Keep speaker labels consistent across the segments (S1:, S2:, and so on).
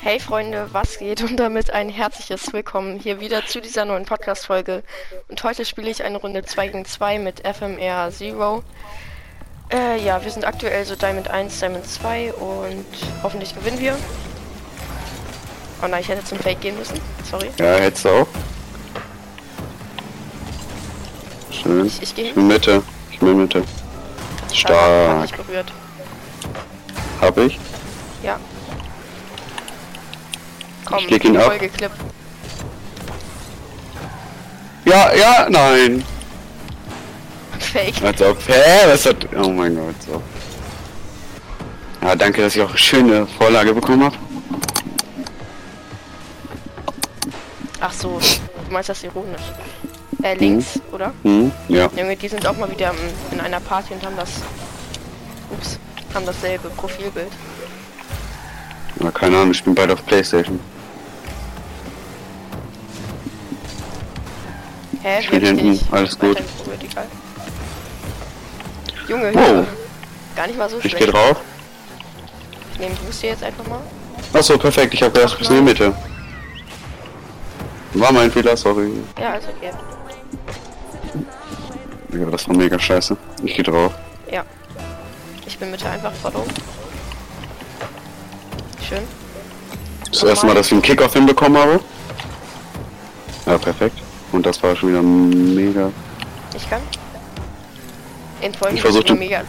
S1: Hey Freunde, was geht? Und damit ein herzliches Willkommen hier wieder zu dieser neuen Podcast-Folge. Und heute spiele ich eine Runde 2 gegen 2 mit FMR Zero. Äh, ja, wir sind aktuell so Diamond 1, Diamond 2 und hoffentlich gewinnen wir. Oh nein, ich hätte zum Fake gehen müssen. Sorry.
S2: Ja, hättest du auch. Schön.
S1: Ich, ich gehe
S2: Ich bin Mitte. Ich bin Mitte.
S1: Hab
S2: Stark.
S1: ich berührt.
S2: Hab ich?
S1: Ja. Komm,
S2: leg ihn ab.
S1: Folgeclip.
S2: Ja, ja, nein.
S1: Fake.
S2: Als ob. Hä? Was hat. Oh mein Gott, so. Ja, danke, dass ich auch eine schöne Vorlage bekommen hab.
S1: Ach so, du meinst das ironisch. Äh, links, oder?
S2: Hm? Ja.
S1: Junge, die sind auch mal wieder ähm, in einer Party und haben das. Ups, haben dasselbe Profilbild.
S2: ja. Keine Ahnung, ich bin beide auf Playstation.
S1: Hä?
S2: Ich
S1: wie
S2: bin
S1: hab
S2: hinten,
S1: nicht
S2: alles gut.
S1: weiterhin berührt? Egal. Junge,
S2: Wow.
S1: Hilfe. gar nicht mal so
S2: Ich
S1: schlecht.
S2: geh drauf.
S1: Ich nehme Boost hier jetzt einfach mal.
S2: Achso, perfekt, ich hab erst bis in die Mitte. War mein Fehler, sorry.
S1: Ja, also okay.
S2: Ja, das war mega scheiße. Ich geh drauf.
S1: Ja. Ich bin Mitte einfach follow. Schön.
S2: Das erste Mal, dass ich einen Kickoff hinbekommen habe. Ja, perfekt. Und das war schon wieder mega.
S1: Ich kann. In Folgen
S2: Ich
S1: bin ich
S2: versuchte-
S1: immer mega.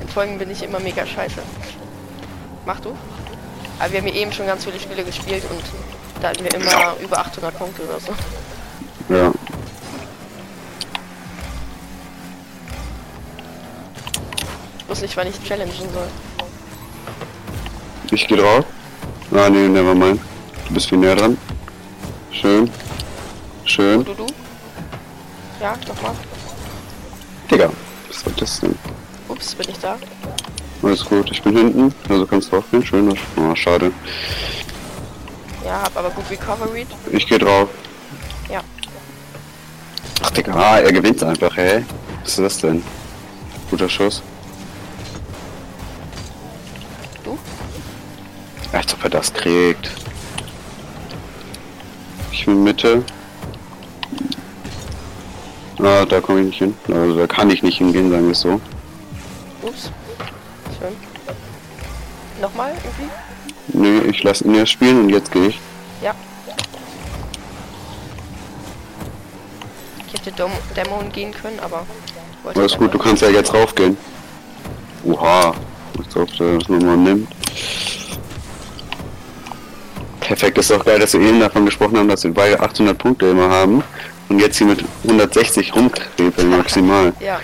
S1: In Folgen bin ich immer mega scheiße. Mach du. Aber wir haben ja eben schon ganz viele Spiele gespielt und da hatten wir immer über 800 Punkte oder so.
S2: Ja.
S1: Ich wusste nicht, wann ich challengen soll.
S2: Ich geh drauf. Ah, nee, nevermind. Du bist viel näher dran. Schön. Schön.
S1: Du, du? Ja, nochmal.
S2: Digga. Was soll das denn?
S1: Ups, bin ich da.
S2: Alles gut, ich bin hinten. Also kannst du auch gehen. Schön. das- Oh, schade.
S1: Ja, hab aber gut recovered.
S2: Ich geh drauf.
S1: Ja.
S2: Ach, Digga. Ah, er gewinnt einfach, hä? Was ist das denn? Guter Schuss.
S1: Du?
S2: Als ob er das kriegt. Ich bin Mitte. Ah, da komme ich nicht hin. Also da kann ich nicht hingehen, sagen wir es so.
S1: Ups. Schön. Nochmal irgendwie?
S2: Nee, ich lasse ihn ja spielen und jetzt gehe ich.
S1: Ja. Ich hätte Dom Dämon gehen können, aber wollte
S2: Alles
S1: ich
S2: gut, du
S1: aber-
S2: kannst ja jetzt raufgehen. Oha. Als ob der das nochmal nimmt. Perfekt, ist auch geil, dass wir eben davon gesprochen haben, dass wir beide 800 Punkte immer haben. Und jetzt hier mit 160 rumkrepeln maximal.
S1: Ja,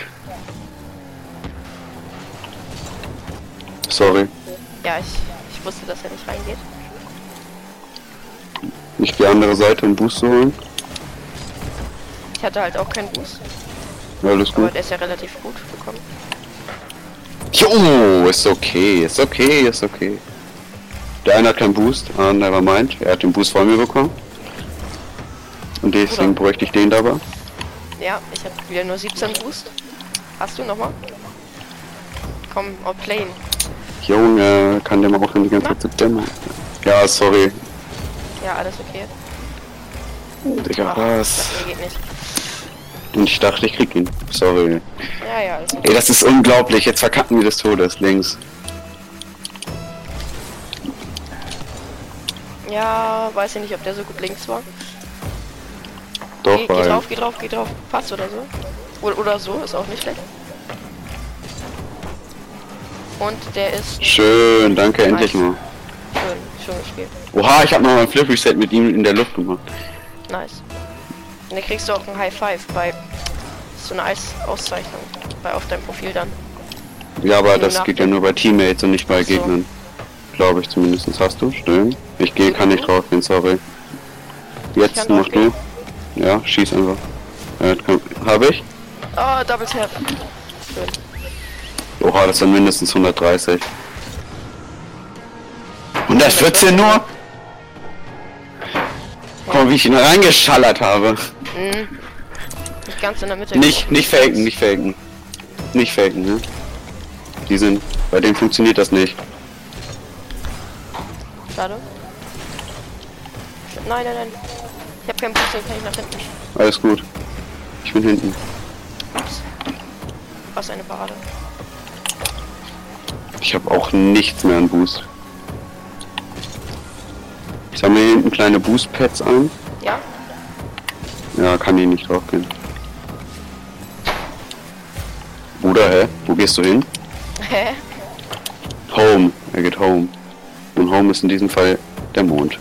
S2: Sorry.
S1: ja, ich, ich wusste, dass er nicht reingeht.
S2: Ich die andere Seite und Boost holen.
S1: Ich hatte halt auch keinen Boost,
S2: Alles
S1: aber
S2: gut.
S1: der ist ja relativ gut gekommen.
S2: Jo, ist okay, ist okay, ist okay. Der eine hat keinen Boost, ah, never mind. Er hat den Boost von mir bekommen. Und deswegen
S1: Oder?
S2: bräuchte ich den dabei.
S1: Ja, ich habe wieder nur 17 Boost. Hast du nochmal? Komm, outplayen.
S2: Junge, kann der mal auch die ganze Zeit so dämmern. Ja, sorry.
S1: Ja, alles okay.
S2: Digga,
S1: Ach,
S2: was?
S1: Das geht nicht.
S2: Und ich dachte, ich krieg ihn. Sorry.
S1: Ja, also- ja, alles okay.
S2: Ey, das ist unglaublich. Jetzt verkacken wir des Todes. Links.
S1: Ja, weiß ich nicht, ob der so gut links war.
S2: Doch,
S1: Geh, geh
S2: weil.
S1: drauf, geh drauf, geh drauf. Passt oder so. Oder, oder so, ist auch nicht schlecht. Und der ist
S2: Schön, danke, endlich mal.
S1: schön, schön gespielt.
S2: Oha, ich hab noch mal ein Flip Reset mit ihm in der Luft gemacht.
S1: Nice. Und dann kriegst du auch ein High Five bei so einer Eis Auszeichnung. Bei auf deinem Profil dann.
S2: Ja, aber
S1: Nur
S2: das
S1: nach
S2: geht ja
S1: dem-
S2: nur bei Teammates und nicht bei
S1: Ach so.
S2: Gegnern. Glaube ich zumindest. Hast du? Stimmt. Ich gehe, kann nicht raufgehen, sorry.
S1: Mhm. Ich
S2: Jetzt
S1: kann
S2: mach du.
S1: draufgehen.
S2: Ja, schieß einfach. Ja, kann- hab ich?
S1: Oh, Double Tap. Schön.
S2: Oha, das sind mindestens 130. 114 nur? Guck mal, wie ich ihn reingeschallert habe.
S1: Mhm. Nicht ganz in der Mitte.
S2: Nicht, nicht faken, nicht faken. Nicht faken, ne? Die sind, bei denen funktioniert das nicht.
S1: Schade. Nein, nein, nein. Ich habe keinen Boost, den kann ich nach hinten.
S2: Alles gut. Ich bin hinten.
S1: Ups. Was eine Parade.
S2: Ich habe auch nichts mehr an Boost. Ich sammle hier hinten kleine Boost-Pads ein.
S1: Ja?
S2: Ja, kann die nicht drauf gehen. Bruder, hä? Wo gehst du hin?
S1: Hä?
S2: Home. Er geht home. Und home ist in diesem Fall der Mond.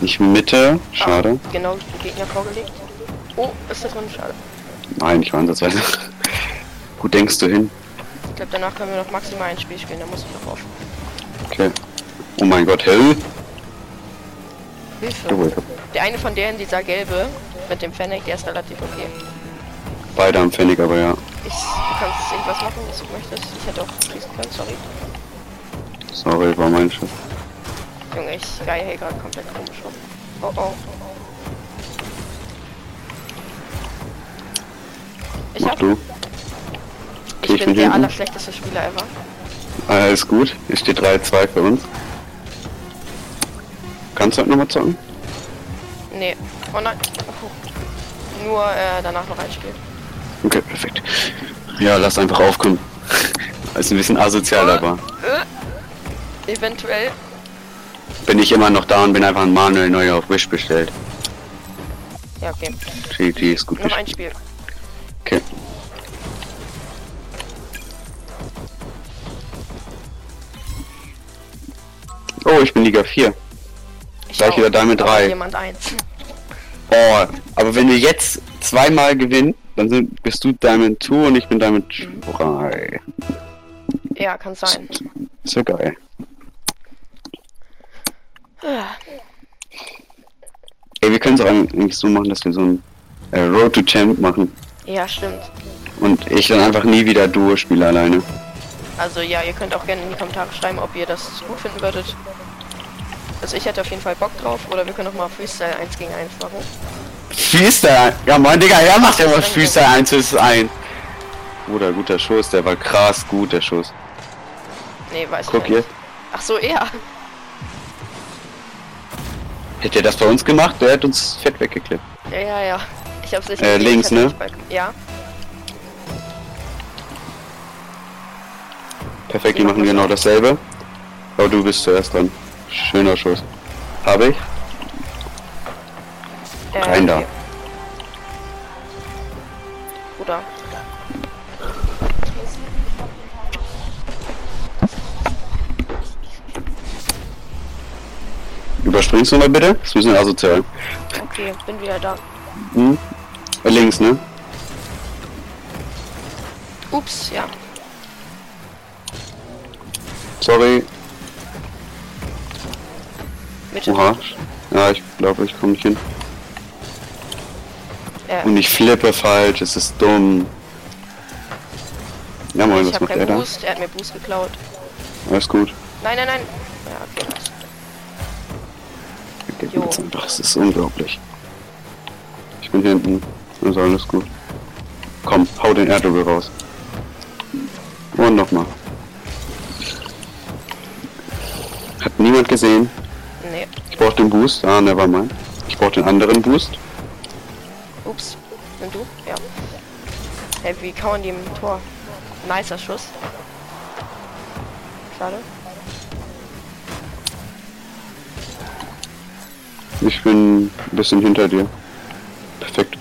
S2: Nicht Mitte, schade.
S1: Ah, genau, Gegner vorgelegt. Oh, ist das drin? Schade.
S2: Nein, ich war ansatzweise. Wo denkst du hin?
S1: Ich glaube, danach können wir noch maximal ein Spiel spielen. Da muss ich noch auf.
S2: Okay. Oh mein Gott, hell. Jawohl,
S1: Hilfe.
S2: ich hab
S1: Der eine von denen, dieser gelbe, mit dem Fennec, der ist relativ okay.
S2: beide am Pfennig, aber ja.
S1: Ich, du kannst irgendwas machen, was du möchtest. Ich hätte auch schießen können, sorry.
S2: Sorry, war mein Schiff.
S1: Junge, ich geil hier gerade komplett komisch rum. Oh oh. Ich
S2: Mach
S1: hab,
S2: du.
S1: ich,
S2: Okay, ich
S1: bin
S2: bin
S1: der
S2: hinten.
S1: allerschlechteste Spieler ever.
S2: Alles gut. Hier steht 3-2 für uns. Kannst du heute nochmal zocken?
S1: Nee. Oh nein. Puh. Nur äh, danach noch ein Spiel.
S2: Okay, perfekt. Ja, lass einfach aufkommen. Ist ein bisschen asozial, aber
S1: Eventuell.
S2: bin ich immer noch da und bin einfach ein Manuel neu auf Wish bestellt.
S1: Ja, okay.
S2: GG ist gut
S1: Noch ein
S2: gespielt.
S1: Spiel.
S2: Okay. Oh, ich bin Liga 4.
S1: Ich
S2: Gleich
S1: schau,
S2: wieder Dame
S1: ob
S2: drei.
S1: Jemand eins.
S2: Oh, aber wenn wir jetzt zweimal gewinnen, dann sind, bist du Diamond 2 und ich bin Diamond 3.
S1: Ja, kann sein.
S2: Ist ja geil. Ey, wir können es auch eigentlich so machen, dass wir so ein äh, Road to Champ machen.
S1: Ja, stimmt.
S2: Und ich dann einfach nie wieder Duo spiele alleine.
S1: Also ja, ihr könnt auch gerne in die Kommentare schreiben, ob ihr das gut finden würdet. Also ich hätte auf jeden Fall Bock drauf. Oder wir können auch mal Freestyle 1 gegen 1 machen.
S2: Freestyle. Ja, mein Digga, er macht ja mal Freestyle 1 bis 1. Bruder, guter Schuss, der war krass gut, der Schuss.
S1: Nee, weiß
S2: Guck
S1: ich nicht.
S2: jetzt.
S1: Ach so, ja.
S2: Hätte er das bei uns gemacht, der hätte uns fett weggeklippt.
S1: Ja, ja, ja. Ich hab's nicht.
S2: Äh,
S1: gesehen,
S2: links,
S1: ich hatte
S2: ne?
S1: nicht bei- Ja.
S2: Perfekt, die machen genau dasselbe. Aber du bist zuerst dran. Schöner Schuss. Habe ich?
S1: Äh,
S2: Rein da.
S1: okay. Bruder.
S2: Überspringst du mal bitte? Das ist ein bisschen asozial.
S1: Okay, bin wieder da.
S2: Hm? Äh, Links, ne?
S1: Ups, ja.
S2: Sorry.
S1: Mitte.
S2: Oha. Ja, ich glaube, ich komme nicht hin.
S1: Äh,
S2: Und ich flippe falsch, es ist dumm. Ja moin,
S1: ich
S2: was
S1: hab
S2: macht er
S1: keinen
S2: da?
S1: Boost. Er hat mir Boost geklaut.
S2: Alles gut.
S1: Nein, nein, nein. Ja, okay. nice.
S2: Wir gehen
S1: Jo.
S2: jetzt einfach, es ist unglaublich. Ich bin hinten. Also alles gut. Komm, hau den Erdöbel raus. Und nochmal. Hat niemand gesehen.
S1: Nee.
S2: Ich brauch den Boost. Ah, nevermind. Ich brauch den anderen Boost.
S1: Ups. Und du? Ja. Hey, wie kauen die im Tor? Nicer Schuss. Schade.
S2: Ich bin ein bisschen hinter dir. Perfekt.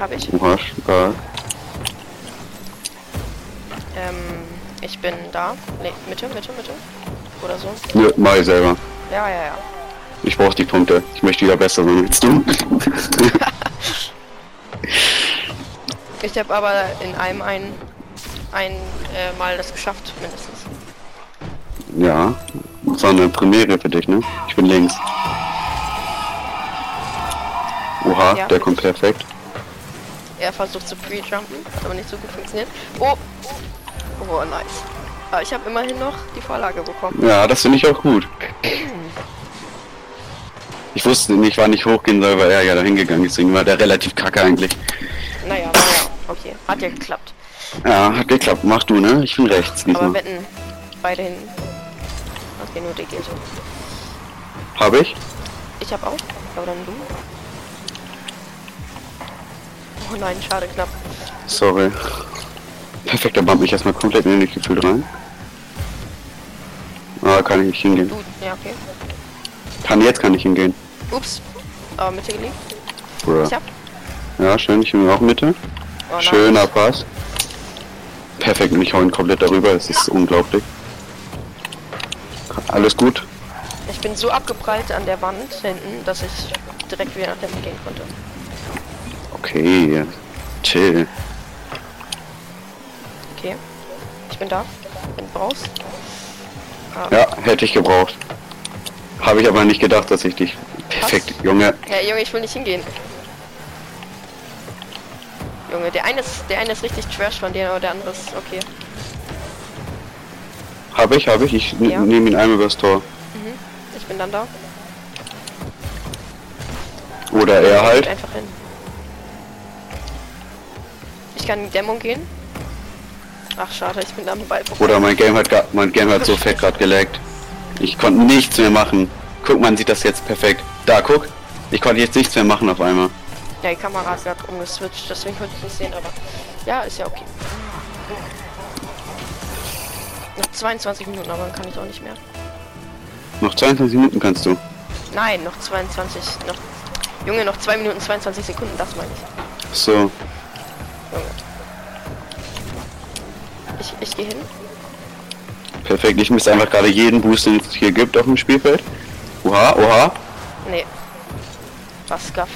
S1: Hab ich.
S2: Oha, stark.
S1: Ähm, ich bin da. Nee, Mitte, Mitte, Mitte. Oder so.
S2: Nö, mach ich selber.
S1: Ja, ja, ja.
S2: Ich brauch die Punkte. Ich möchte wieder besser sein als du.
S1: Ich habe aber in einem ein, ein äh, Mal das geschafft, mindestens.
S2: ja. Das war eine Premiere für dich, ne? Ich bin links. Oha,
S1: Ja.
S2: der kommt perfekt.
S1: Er versucht zu pre-jumpen, hat aber nicht so gut funktioniert. Oh! Oh, nice. Aber ich habe immerhin noch die Vorlage bekommen.
S2: Ja, das finde ich auch gut. Ich wusste nicht, wann ich hochgehen soll, weil er ja da hingegangen ist. Deswegen war der relativ kacke eigentlich.
S1: Naja, naja, okay. Hat ja geklappt.
S2: Ja, hat geklappt. Mach du, ne? Ich bin rechts
S1: Aber
S2: diesmal.
S1: wetten, beide hin. Okay, nur DG so.
S2: Habe ich?
S1: Ich hab auch. Ja, dann du. Oh nein, schade, knapp.
S2: Sorry. Perfekt, da bump ich erstmal komplett in das Gefühl rein. Ah, kann ich nicht hingehen.
S1: Du, ja, okay.
S2: Kann jetzt kann ich hingehen.
S1: Ups. Aber Mitte gelegt.
S2: Bruh.
S1: Ich hab.
S2: Ja, schön, ich bin auch Mitte.
S1: Oh nein.
S2: Schöner Pass. Perfekt, und ich hau ihn komplett darüber, es ist unglaublich. Alles gut.
S1: Ich bin so abgeprallt an der Wand hinten, dass ich direkt wieder nach hinten gehen konnte.
S2: Okay, chill.
S1: Okay. Ich bin da. Wenn du brauchst.
S2: Ja, hätte ich gebraucht. Habe ich aber nicht gedacht, dass ich dich. Perfekt, Junge.
S1: Ja, Junge, ich will nicht hingehen. Junge, der eine ist, der eine ist richtig trash von dir, aber der andere ist okay.
S2: Habe ich, habe ich. Ich n-
S1: Ja.
S2: nehme ihn einmal übers Tor.
S1: Ich bin dann da.
S2: Oder er
S1: Geht
S2: halt.
S1: einfach hin. Ich kann in die Dämmung gehen. Ach, schade, ich bin am Ball.
S2: Oder mein Game hat ga- mein Game hat so fett gerade gelaggt. Ich konnte nichts mehr machen. Guck, man sieht das jetzt perfekt. Da, guck. Ich konnte jetzt nichts mehr machen auf einmal.
S1: Ja, die Kamera hat gerade umgeswitcht, deswegen konnte ich nicht sehen, aber ja, ist ja okay. Noch 22 Minuten, aber dann kann ich auch nicht mehr.
S2: Noch 22 Minuten kannst du.
S1: Nein, noch 22, noch... Junge, noch 2 Minuten 22 Sekunden, das meine ich.
S2: So.
S1: Junge. Ich, ich gehe hin.
S2: Perfekt, ich misst einfach gerade jeden Boost, den es hier gibt auf dem Spielfeld. Oha, oha.
S1: Nee. Was gafft.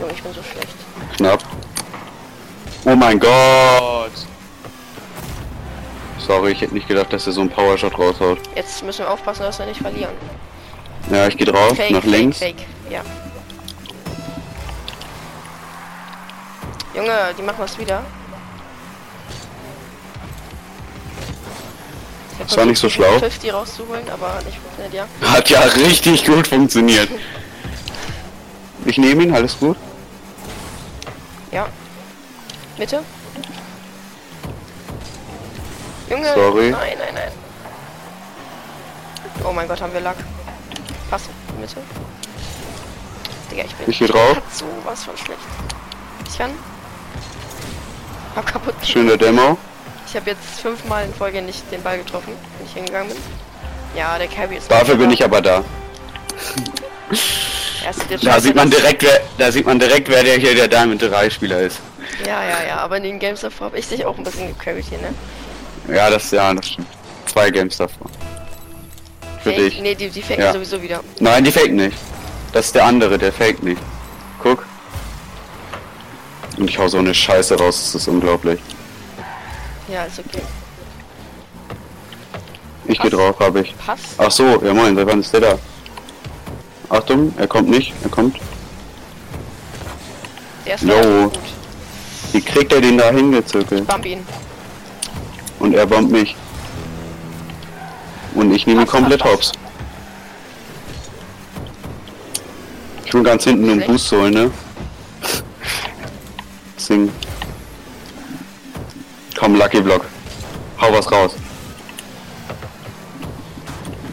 S1: Junge, ich bin so schlecht.
S2: Knapp. Oh mein Gott. Sorry, ich hätte nicht gedacht, dass er so einen Powershot raushaut.
S1: Jetzt müssen wir aufpassen, dass wir nicht verlieren.
S2: Ja, ich gehe drauf, nach links.
S1: Fake, ja. Junge, die machen was wieder.
S2: Das war nicht so schlau.
S1: 50 rauszuholen, aber nicht funktioniert, ja.
S2: Hat ja richtig gut funktioniert. Ich nehme ihn, alles gut.
S1: Ja. Bitte? Junge!
S2: Sorry.
S1: Nein, nein, nein. Oh mein Gott, haben wir Lack. Pass, bitte. Digga, ich bin
S2: Ich gehe drauf.
S1: so was von schlecht. Ich kann. Hab kaputt.
S2: Schöner Demo.
S1: Ich habe jetzt fünfmal in Folge nicht den Ball getroffen, wenn ich hingegangen bin. Ja, der Carry ist.
S2: Dafür bin ich aber da.
S1: Er sieht jetzt
S2: Da
S1: scheiße
S2: sieht man
S1: aus.
S2: direkt, wer, da sieht man direkt, wer der hier der Diamond 3 Spieler ist.
S1: Ja, ja, ja, aber in den Games davor habe ich dich auch ein bisschen gecarried hier, ne?
S2: Ja, das ja, das stimmt. Zwei Games davor. Für
S1: Nee,
S2: dich.
S1: Nee, die, die fängt
S2: Ja.
S1: sowieso wieder.
S2: Nein, die fake nicht. Das ist der andere, der fake nicht. Guck. Und ich hau so eine Scheiße raus, das ist unglaublich.
S1: Ja, also ist okay.
S2: Ich geh
S1: Was?
S2: drauf, hab ich.
S1: Pass.
S2: Ach so, ja moin, seit wann ist der da? Achtung, er kommt nicht, er kommt.
S1: Der ist
S2: No.
S1: relativ gut.
S2: Wie kriegt er den da hingezirkelt?
S1: Bump ihn.
S2: Und er bombt mich. Und ich nehme ihn
S1: Pass, pass,
S2: komplett
S1: pass.
S2: hops. Ich will ganz hinten einen
S1: Schlecht.
S2: Boost holen, ne? Sing. Komm, Lucky Block. Hau was raus.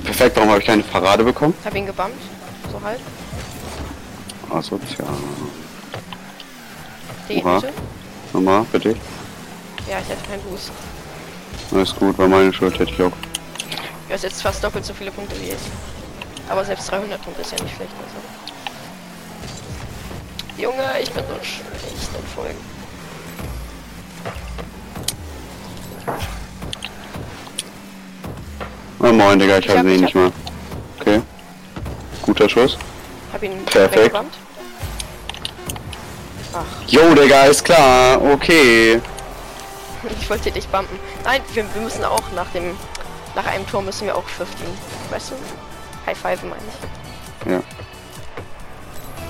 S2: Perfekt, warum habe ich keine Parade bekommen?
S1: Hab ihn gebumpt. So halb.
S2: Achso, tja.
S1: Der geht
S2: Oha.
S1: bitte.
S2: Nochmal, bitte.
S1: Ja, ich hatte keinen Boost.
S2: Alles gut, war meine Schuld, hätte ich auch.
S1: Du hast jetzt fast doppelt so viele Punkte wie ich. Aber selbst 300 Punkte ist ja nicht schlecht. Also. Junge, ich bin so schlecht in Folgen.
S2: Oh, moin, Digga, ich
S1: Ich hab-
S2: habe
S1: ich
S2: ihn
S1: hab-
S2: nicht mal. Okay. Guter Schuss.
S1: Hab ihn
S2: Perfekt.
S1: weggebumpt. Ach,
S2: Jo, Digga, ist klar. Okay.
S1: ich wollte dich bumpen. Nein, wir, wir müssen auch nach dem... Nach einem Tor müssen wir auch 15. Weißt du? High Five meine ich.
S2: Ja,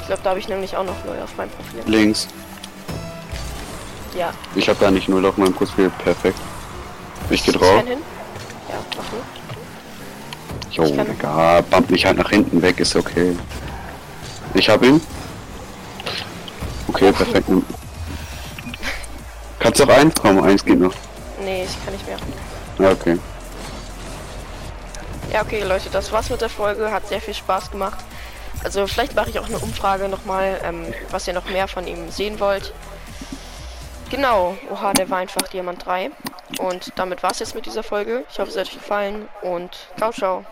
S1: Ich glaube, da habe ich nämlich auch noch neu auf meinem Profil.
S2: links.
S1: Ja.
S2: Ich habe da nicht null auf meinem Kurzspiel. Perfekt. Ich geh drauf.
S1: kann hin. Ja, mach du.
S2: Jo,
S1: ich kann-
S2: Digga, bump mich halt nach hinten weg, ist okay. Ich hab ihn. Okay, perfekt. Kannst doch eins kommen, eins geht noch.
S1: Nee, ich kann nicht mehr.
S2: Ja, okay.
S1: Ja, okay, Leute, das war's mit der Folge. Hat sehr viel Spaß gemacht. Also vielleicht mache ich auch eine Umfrage nochmal, ähm, was ihr noch mehr von ihm sehen wollt. Genau, oha, der war einfach Diamant 3. Und damit war's jetzt mit dieser Folge. Ich hoffe, es hat euch gefallen und ciao, ciao.